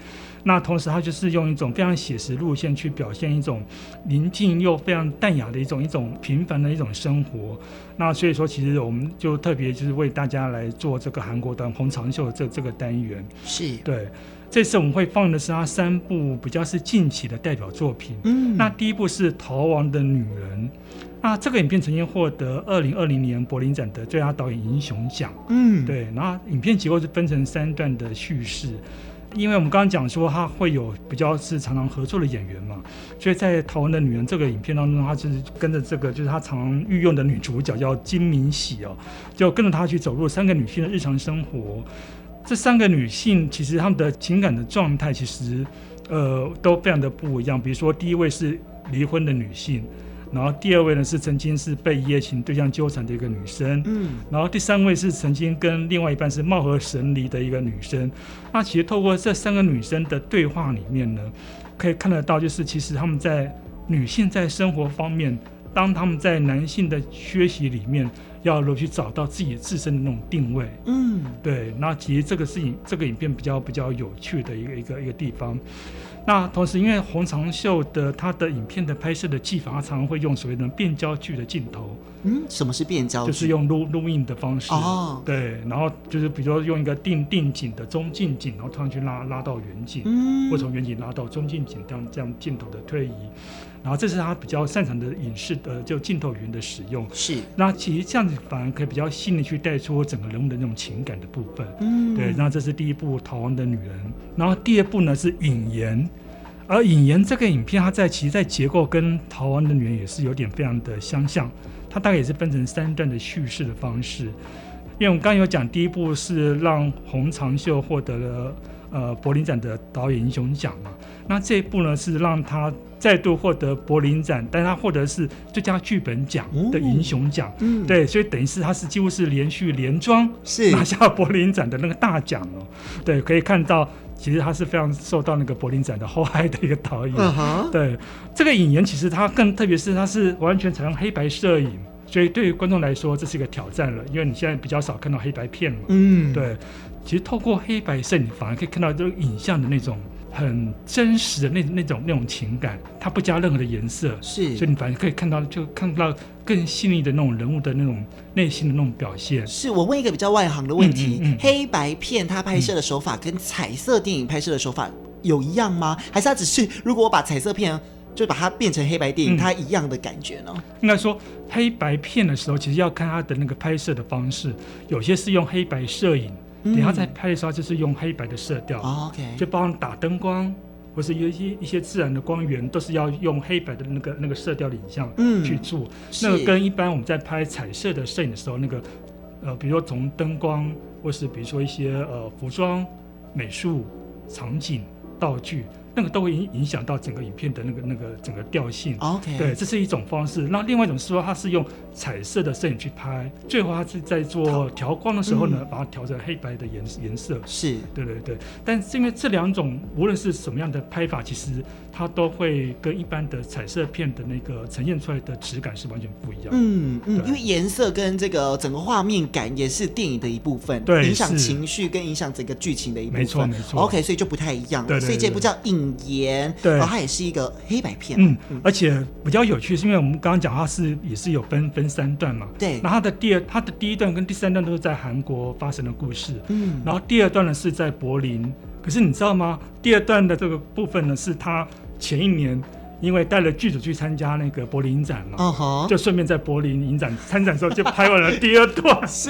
D: 那同时，他就是用一种非常写实路线去表现一种宁静又非常淡雅的一种一种平凡的一种生活。那所以说，其实我们就特别就是为大家来做这个韩国的红长袖的这这个单元。
C: 是，
D: 对，这次我们会放的是他三部比较是近期的代表作品。
C: 嗯
D: 那第一部是《逃亡的女人》，那这个影片曾经获得二零二零年柏林展的最佳导演英雄奖。
A: 嗯，
D: 对，然后影片结构是分成三段的叙事。因为我们刚刚讲说，他会有比较是常常合作的演员嘛，所以在《逃亡的女人》这个影片当中，他就是跟着这个就是他常御用的女主角叫金敏喜哦，就跟着她去走入三个女性的日常生活。这三个女性其实她们的情感的状态其实呃都非常的不一样。比如说，第一位是离婚的女性，然后第二位呢是曾经是被一夜情对象纠缠的一个女生，
C: 嗯，
D: 然后第三位是曾经跟另外一半是貌合神离的一个女生。那其实透过这三个女生的对话里面呢，可以看得到，就是其实她们在女性在生活方面，当她们在男性的缺席里面，要如何去找到自己自身的那种定位。
C: 嗯，
D: 对，那其实这个是影这个影片比较比较有趣的一个一个一个地方。那同时，因为洪长秀的他的影片的拍摄的技法，他常常会用所谓的变焦距的镜头，
C: 嗯，什么是变焦距？
D: 就是用录录音的方式。
C: 哦
D: 对，然后就是比如说用一个定定景的中近景，然后突然去拉拉到远景，
C: 嗯
D: 或从远景拉到中近景，这样这样镜头的推移。然后这是他比较擅长的影视的就镜头语言的使用。
C: 是，
D: 那其实这样子反而可以比较细腻去带出整个人物的那种情感的部分。
C: 嗯，
D: 对，那这是第一部《逃亡的女人》，然后第二部呢是《引言》，而《引言》这个影片，它在其实在结构跟《逃亡的女人》也是有点非常的相像，它大概也是分成三段的叙事的方式。因为我们刚刚有讲，第一部是让洪长秀获得了呃柏林展的导演英雄奖嘛，那这一部呢是让他再度获得柏林展，但他获得是最佳剧本奖的英雄奖，
C: 嗯，
D: 对，所以等于是他是几乎是连续连庄
C: 是
D: 拿下柏林展的那个大奖哦。对，可以看到，其实他是非常受到那个柏林展的厚爱的一个导演。
C: 嗯哼，
D: 对，这个影言其实它更特别是它是完全采用黑白摄影，所以对于观众来说这是一个挑战了，因为你现在比较少看到黑白片嘛。
A: 嗯，，
D: 对，其实透过黑白摄影，反而可以看到这个影像的那种很真实的那那种那种情感，它不加任何的颜色，
C: 是
D: 所以你反而可以看到，就看到更细腻的那种人物的那种内心的那种表现。
C: 是我问一个比较外行的问题：
D: 嗯嗯嗯
C: 黑白片它拍摄的手法跟彩色电影拍摄的手法有一样吗？还是它只是如果我把彩色片就把它变成黑白电影，
D: 嗯
C: 它一样的感觉呢？
D: 应该说，黑白片的时候，其实要看它的那个拍摄的方式，有些是用黑白摄影，等它在拍的时候就是用黑白的色调。
C: 哦 OK，
D: 就包含打灯光，或是有一些一些自然的光源，都是要用黑白的那个那个色调的影像
C: 嗯
D: 去做。
C: 是
D: 那个跟一般我们在拍彩色的摄影的时候，那个呃，比如说从灯光，或是比如说一些呃服装、美术、场景、道具，那个都会影影响到整个影片的那个那个整个调性。
C: OK，
D: 对，，这是一种方式。那另外一种是说，它是用彩色的摄影去拍，最后它是在做调光的时候呢，
C: 嗯
D: 把它调成黑白的颜颜色。
C: 是
D: 对对对，但是因为这两种无论是什么样的拍法，其实它都会跟一般的彩色片的那个呈现出来的质感是完全不一样。，
C: 嗯嗯，
D: 对
C: 因为颜色跟这个整个画面感也是电影的一部分，
D: 对
C: 影响
D: 是
C: 情绪跟影响整个剧情的一部分，
D: 没错没错
C: OK，所以就不太一样了，
D: 对对对
C: 所以这部叫引言，
D: 对
C: 然后它也是一个黑白片，
D: 嗯，而且比较有趣是因为我们刚刚讲它是也是有分分三段嘛，
C: 对
D: 那它的第二它的第一段跟第三段都是在韩国发生的故事，
C: 嗯
D: 然后第二段呢是在柏林，可是你知道吗？第二段的这个部分呢是他前一年因为带了剧组去参加那个柏林影展嘛，
C: 嗯哼，
D: 就顺便在柏林影展参展的时候就拍完了第二段。
C: 是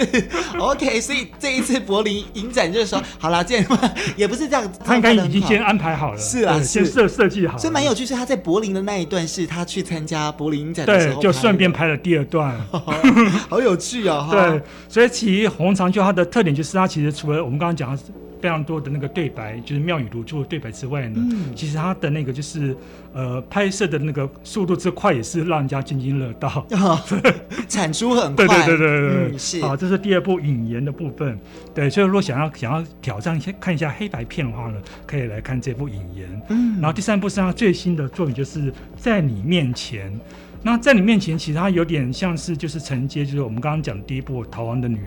C: OK，所以这一次柏林影展就是说，好啦，这样也不是这样子，
D: 他应该已经先
C: 安，
D: 安排好了，
C: 是啊
D: 对
C: 是
D: 先设设计好了，
C: 所以蛮有趣。是他在柏林的那一段是他去参加柏林影展的时
D: 对
C: 候，，
D: 就顺便，拍了第二 段。
C: 好有趣哦。哈
D: 对，，所以其实红长袖它的特点就是它其实除了我们刚刚讲它是非常多的那个对白，就是妙语如珠的对白之外呢，
C: 嗯
D: 其实他的那个就是呃拍摄的那个速度之快，也是让人家津津乐 道。
C: 啊，产出很快，
D: 对对对对对，
C: 嗯、是
D: 啊，这是第二部引言的部分。对，所以如果想要想要挑战一下看一下黑白片的话呢，可以来看这部引言。
C: 嗯
D: 然后第三部是他最新的作品，就是在你面前。那在你面前，其实它有点像是就是承接，就是我们刚刚讲的第一部《逃亡的女人》，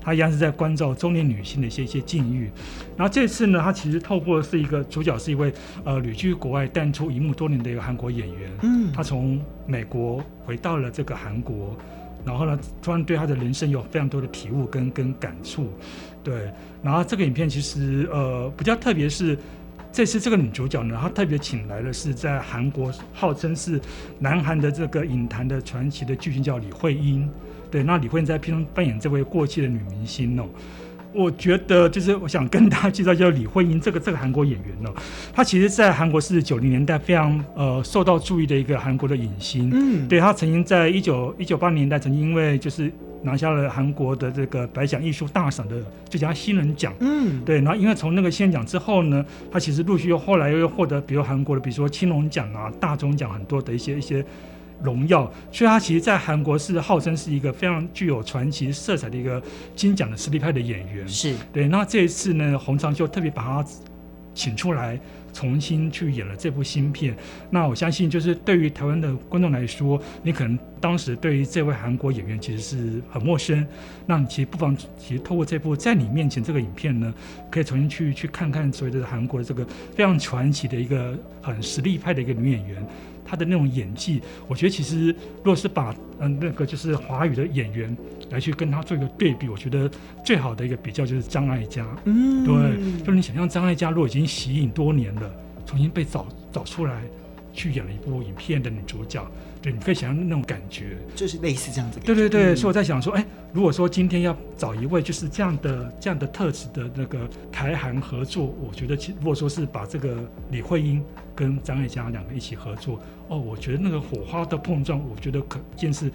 D: 它一样是在关照中年女性的一些一些境遇。然后这次呢，它其实透过是一个主角是一位呃旅居国外淡出荧幕多年的一个韩国演员，
C: 嗯
D: 他从美国回到了这个韩国，然后呢，突然对他的人生有非常多的体悟跟跟感触，对。然后这个影片其实呃比较特别是。这次这个女主角呢，她特别请来的是在韩国号称是南韩的这个影坛的传奇的巨星，叫李慧英。对，那李慧英在片中扮演这位过气的女明星哦。我觉得就是我想跟大家介绍，就是李慧英这个这个韩国演员哦，她其实，在韩国是九零年代非常呃受到注意的一个韩国的影星。
C: 嗯，
D: 对他曾经在一九一九八零年代曾经因为就是拿下了韩国的这个百想艺术大赏的最佳新人奖。
C: 嗯，
D: 对，然后因为从那个先奖之后呢，他其实陆续又后来又获得，比如韩国的，比如说青龙奖啊、大钟奖很多的一些一些荣耀，所以他其实在韩国是号称是一个非常具有传奇色彩的一个金奖的实力派的演员。
C: 是
D: 对，那这一次呢，洪长秀特别把他请出来，重新去演了这部新片。那我相信，就是对于台湾的观众来说，你可能当时对于这位韩国演员其实是很陌生。那你其实不妨，其实透过这部在你面前这个影片呢，可以重新去去看看所谓的韩国这个非常传奇的一个很实力派的一个女演员。她的那种演技，我觉得其实如果是把嗯那个就是华语的演员来去跟她做一个对比，我觉得最好的一个比较就是张艾嘉。
C: 嗯，
D: 对，就是你想象张艾嘉如果已经息影多年了，重新被找找出来去演了一部影片的女主角，对，你可以想象那种感觉。
C: 就是类似这样子的感觉，
D: 对对对，
C: 嗯
D: 所以我在想说，哎，如果说今天要找一位就是这样的这样的特质的那个台韩合作，我觉得其如果说是把这个李慧英跟张艾嘉两个一起合作，哦，我觉得那个火花的碰撞，我觉得可见是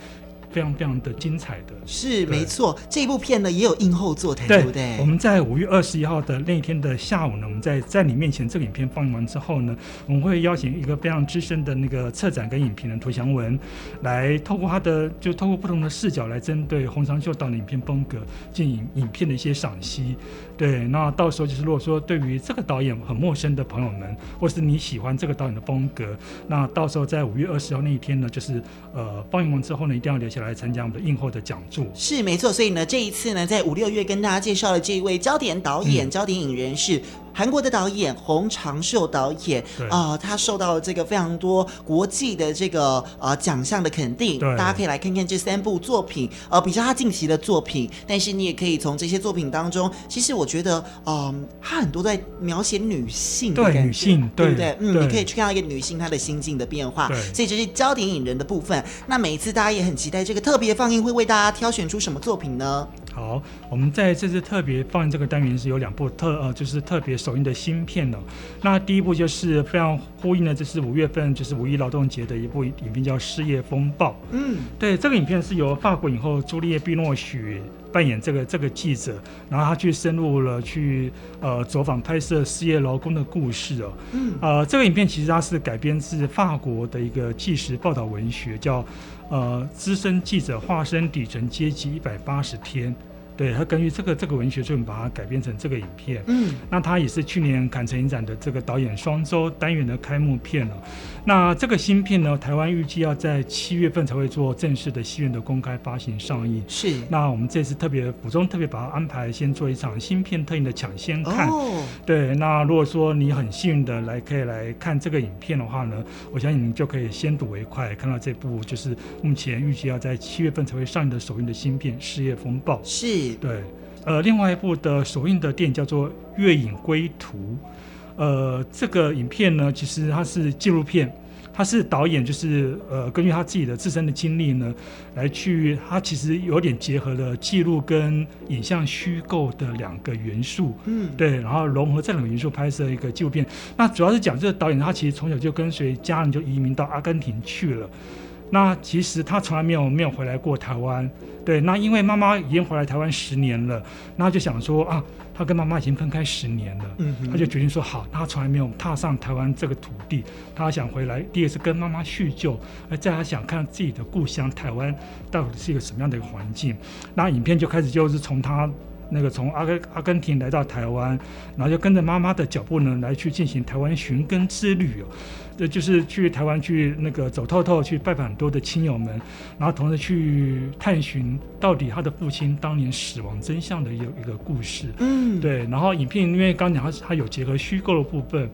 D: 非常非常的精彩的。
C: 是
D: 对
C: 没错，这部片呢也有映后座谈，对不对？
D: 我们在五月二十一号的那一天的下午呢，我们在在你面前这个影片放映完之后呢，我们会邀请一个非常资深的那个策展跟影评人涂祥文，来透过他的就透过不同的视角来针对洪长秀导的影片风格进行影片的一些赏析。对，那到时候就是如果说对于这个导演很陌生的朋友们，或是你喜欢这个导演的风格，那到时候在五月二十号那一天呢，就是呃放映完之后呢，一定要留下来参加我们的映后的讲座。
C: 是没错，所以呢，这一次呢，在五六月跟大家介绍了这一位焦点导
D: 嗯
C: 演、焦点影人是韩国的导演洪长秀导演
D: 对
C: 啊、呃他受到这个非常多国际的这个呃奖项的肯定，
D: 对
C: 大家可以来看看这三部作品，呃，比较他近期的作品，呃但是你也可以从这些作品当中，其实我觉得，嗯、他很多在描写女性的
D: 对
C: 感觉
D: 女性
C: 对不
D: 对
C: 对？嗯，
D: 对
C: 你可以去看到一个女性她的心境的变化，
D: 对
C: 所以这是焦点引人的部分。那每一次大家也很期待这个特别放映会为大家挑选出什么作品呢？
D: 好，我们在这次特别放映这个单元是有两部特呃，就是特别首映的新片哦。那第一部就是非常呼应的，就是五月份就是五一劳动节的一部影片叫《失业风暴》。
C: 嗯，
D: 对，这个影片是由法国影后朱丽叶·碧诺许扮演这个这个记者，然后她去深入了去呃走访拍摄失业劳工的故事哦。嗯，呃，这个影片其实它是改编自法国的一个纪实报道文学，叫呃资深记者化身底层阶级一百八十天。对，它根据这个这个文学作品把它改编成这个影片。
C: 嗯，
D: 那它也是去年坎城影展的这个导演双周单元的开幕片了、那这个新片呢，台湾预计要在七月份才会做正式的戏院的公开发行上映。
C: 是
D: 那我们这次特别补中特别把它安排先做一场新片特映的抢先看。
C: 哦，
D: 对，那如果说你很幸运的来可以来看这个影片的话呢，我相信你就可以先睹为快，看到这部就是目前预计要在七月份才会上映的首映的新片《失业风暴》。
C: 是
D: 对，呃，另外一部的首映的电影叫做《月影归途》，呃，这个影片呢，其实它是纪录片，它是导演就是呃，根据他自己的自身的经历呢，来去，他其实有点结合了记录跟影像虚构的两个元素，
C: 嗯，
D: 对，然后融合这两个元素拍摄一个纪录片。那主要是讲这个导演他其实从小就跟随家人就移民到阿根廷去了。那其实他从来没有没有回来过台湾，对，那因为妈妈已经回来台湾十年了，那就想说啊，他跟妈妈已经分开十年了，
A: 嗯哼
D: 他就决定说好，那他从来没有踏上台湾这个土地，他想回来，第一个是跟妈妈叙旧，而再他想看自己的故乡台湾到底是一个什么样的一个环境。那影片就开始就是从他那个从阿根阿根廷来到台湾，然后就跟着妈妈的脚步呢来去进行台湾寻根之旅哦。这就是去台湾去那个走透透，去拜访很多的亲友们，然后同时去探寻到底他的父亲当年死亡真相的一个一个故事。
C: 嗯，
D: 对，然后影片因为刚讲它是它有结合虚构的部分，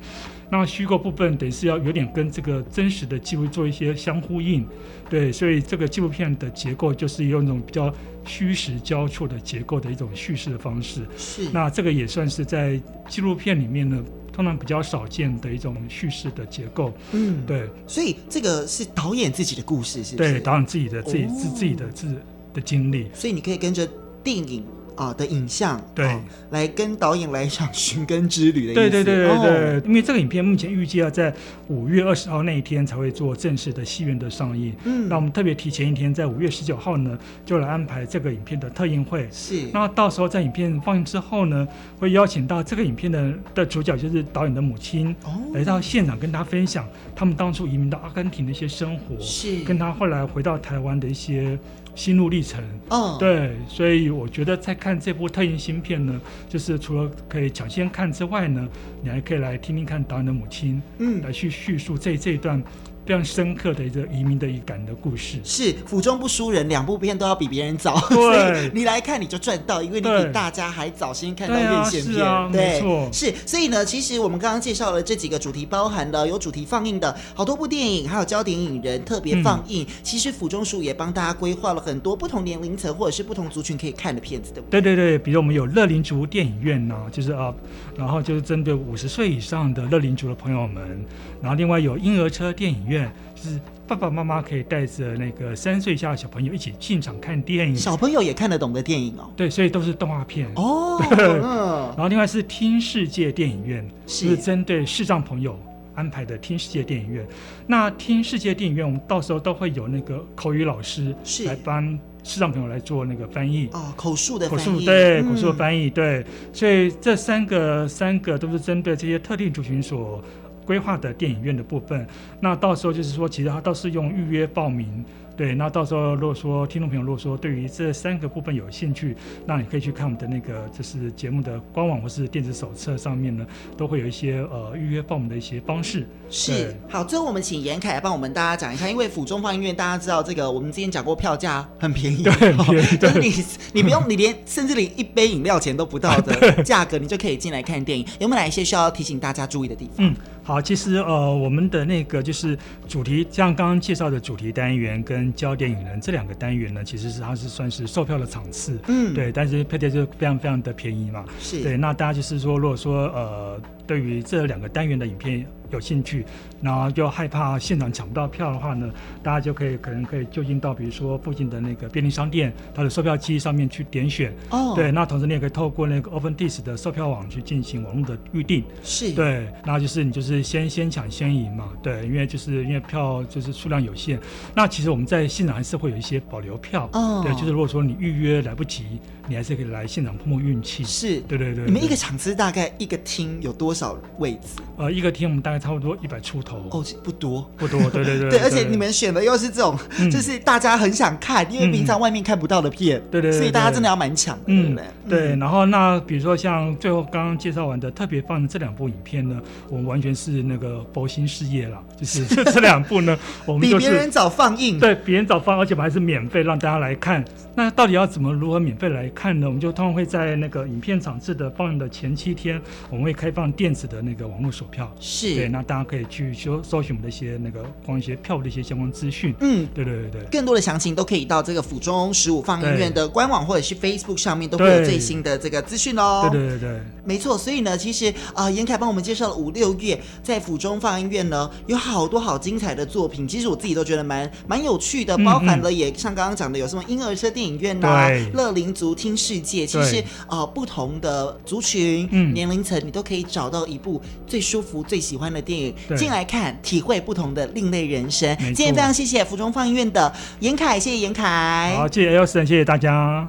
D: 那虚构部分等于是要有点跟这个真实的记录做一些相呼应，对，所以这个纪录片的结构就是用一种比较虚实交错的结构的一种叙事的方式。
C: 是
D: 那这个也算是在纪录片里面呢，通常比较少见的一种叙事的结构。
C: 嗯，
D: 对
C: 所以这个是导演自己的故事，是不是？
D: 对，导演自己的自己自、
C: 哦
D: 自己的自的经历。
C: 所以你可以跟着电影啊、的影像，
D: 对
C: 啊来跟导演来一 场寻根之旅的意思。
D: 对对对对对，
C: 哦
D: 因为这个影片目前预计要在五月二十号那一天才会做正式的戏院的上映。
C: 嗯
D: 那我们特别提前一天，在五月十九号呢，就来安排这个影片的特映会。
C: 是
D: 那到时候在影片放映之后呢，会邀请到这个影片的的主角就是导演的母亲，来
C: 哦，
D: 到现场跟他分享他们当初移民到阿根廷的一些生活，
C: 是
D: 跟他后来回到台湾的一些心路历程。
C: 嗯，
D: 对，所以我觉得在看这部特映新片呢，就是除了可以抢先看之外呢，你还可以来听听看导演的母亲，
C: 嗯
D: 来去叙述这这一段非常深刻的一个移民的一感的故事。
C: 是府中不输人，两部片都要比别人早，
D: 对
C: 所以你来看你就赚到，因为你比
D: 对
C: 大家还早先看到
D: 对
C: 院
D: 啊
C: 线片，
D: 是啊没错
C: 是。所以呢，其实我们刚刚介绍了这几个主题，包含了有主题放映的好多部电影，还有焦点影人特别
D: 嗯
C: 放映。其实府中署也帮大家规划了很多不同年龄层或者是不同族群可以看的片子，对不对？
D: 对对对，比如我们有乐龄族电影院呢、就是啊，然后就是针对五十岁以上的乐龄族的朋友们，然后另外有婴儿车电影院，就是爸爸妈妈可以带着那个三岁以下的小朋友一起进场看电影。
C: 小朋友也看得懂的电影哦。
D: 对，所以都是动画片。
C: 哦，
D: 对
C: 嗯，
D: 然后另外是听世界电影院，
C: 是
D: 就是针对视障朋友安排的听世界电影院。那听世界电影院，我们到时候都会有那个口语老师
C: 是
D: 来帮视障朋友来做那个翻译。
C: 哦，口述的
D: 口
C: 翻译，嗯
D: 述对口述的
C: 译，
D: 翻译对，所以这三个三个都是针对这些特定族群所规划的电影院的部分。那到时候就是说，其实它倒是用预约报名。对，那到时候如果说听众朋友如果说对于这三个部分有兴趣，那你可以去看我们的那个就是节目的官网或是电子手册上面呢，都会有一些呃预约报名的一些方式。
C: 是
D: 对
C: 好，最后我们请严凯来帮我们大家讲一下，因为府中放映院大家知道这个，我们之前讲过票价很便宜，对，
D: 便宜
C: 就是你你不用你连甚至连一杯饮料钱都不到的价格，你就可以进来看电影。有没有哪一些需要提醒大家注意的地方？
D: 嗯，好，其实呃，我们的那个就是主题，像刚刚介绍的主题单元跟焦点影人这两个单元呢，其实是它是算是售票的场次，
C: 嗯
D: 对，但是配对就非常非常的便宜嘛，
C: 是
D: 对，那大家就是说，如果说呃，对于这两个单元的影片有兴趣，然后又害怕现场抢不到票的话呢，大家就可以可能可以就近到比如说附近的那个便利商店，它的售票机上面去点选，
C: 哦
D: 对，那同时你也可以透过那个 OpenDisc 的售票网去进行网络的预定。
C: 是，
D: 对，然后就是你就是先先抢先赢嘛，对，因为就是因为票就是数量有限，那其实我们在现场还是会有一些保留票，
C: 哦
D: 对，就是如果说你预约来不及，你还是可以来现场碰碰运气，
C: 是，
D: 对对对
C: 你们一个
D: 对
C: 场次大概一个厅有多少位置？
D: 呃一个厅我们大概差不多一百出头，
C: 哦，不多。
D: 不多，对对对，
C: 对，而且你们选的又是这种，
D: 嗯
C: 就是大家很想看，因为平常外面看不到的片，
D: 对对对
C: 所以大家真的
D: 对
C: 要蛮抢的，对不
D: 嗯
C: 对？，
D: 对，然后那比如说像最后刚刚介绍完的特别放的这两部影片呢，我们完全是那个佛心事业啦，就是 这这两部呢，我们
C: 比
D: 就是
C: 别人早放映，
D: 对，别人早放，而且我们还是免费让大家来看。那到底要怎么如何免费来看呢？我们就通常会在那个影片场次的放映的前七天，我们会开放电子的那个网络售票。对，
C: 是，
D: 那大家可以去搜搜寻我们的一些那个关于一些票的一些相关资讯。
C: 嗯。
D: 对对对对。
C: 更多的详情都可以到这个府中十五放映院的官网或者是 Facebook 上面都会有
D: 对
C: 最新的这个资讯哦。
D: 对对对对，
C: 没错，所以呢，其实啊，呃严、凯帮我们介绍了五六月在府中放映院呢，有好多好精彩的作品。其实我自己都觉得蛮蛮有趣的，
D: 嗯
C: 包含了也像刚刚讲的，有什么婴儿车电影院呐、啊
D: 对
C: 乐龄族听世界。其实
D: 对
C: 啊，呃不同的族群、
D: 嗯
C: 年龄层，你都可以找到一部最舒服、最喜欢的的电影
D: 对
C: 进来看，体会不同的另类人生。
D: 没错
C: 今天非常谢谢服装放映院的严凯，谢谢严凯。
D: 好，谢谢哎 Elson，谢谢大家。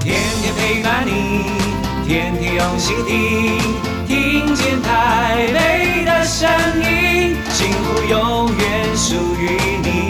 F: 天天陪伴你，天天用心听，听见台北的声音，幸福永远属于你。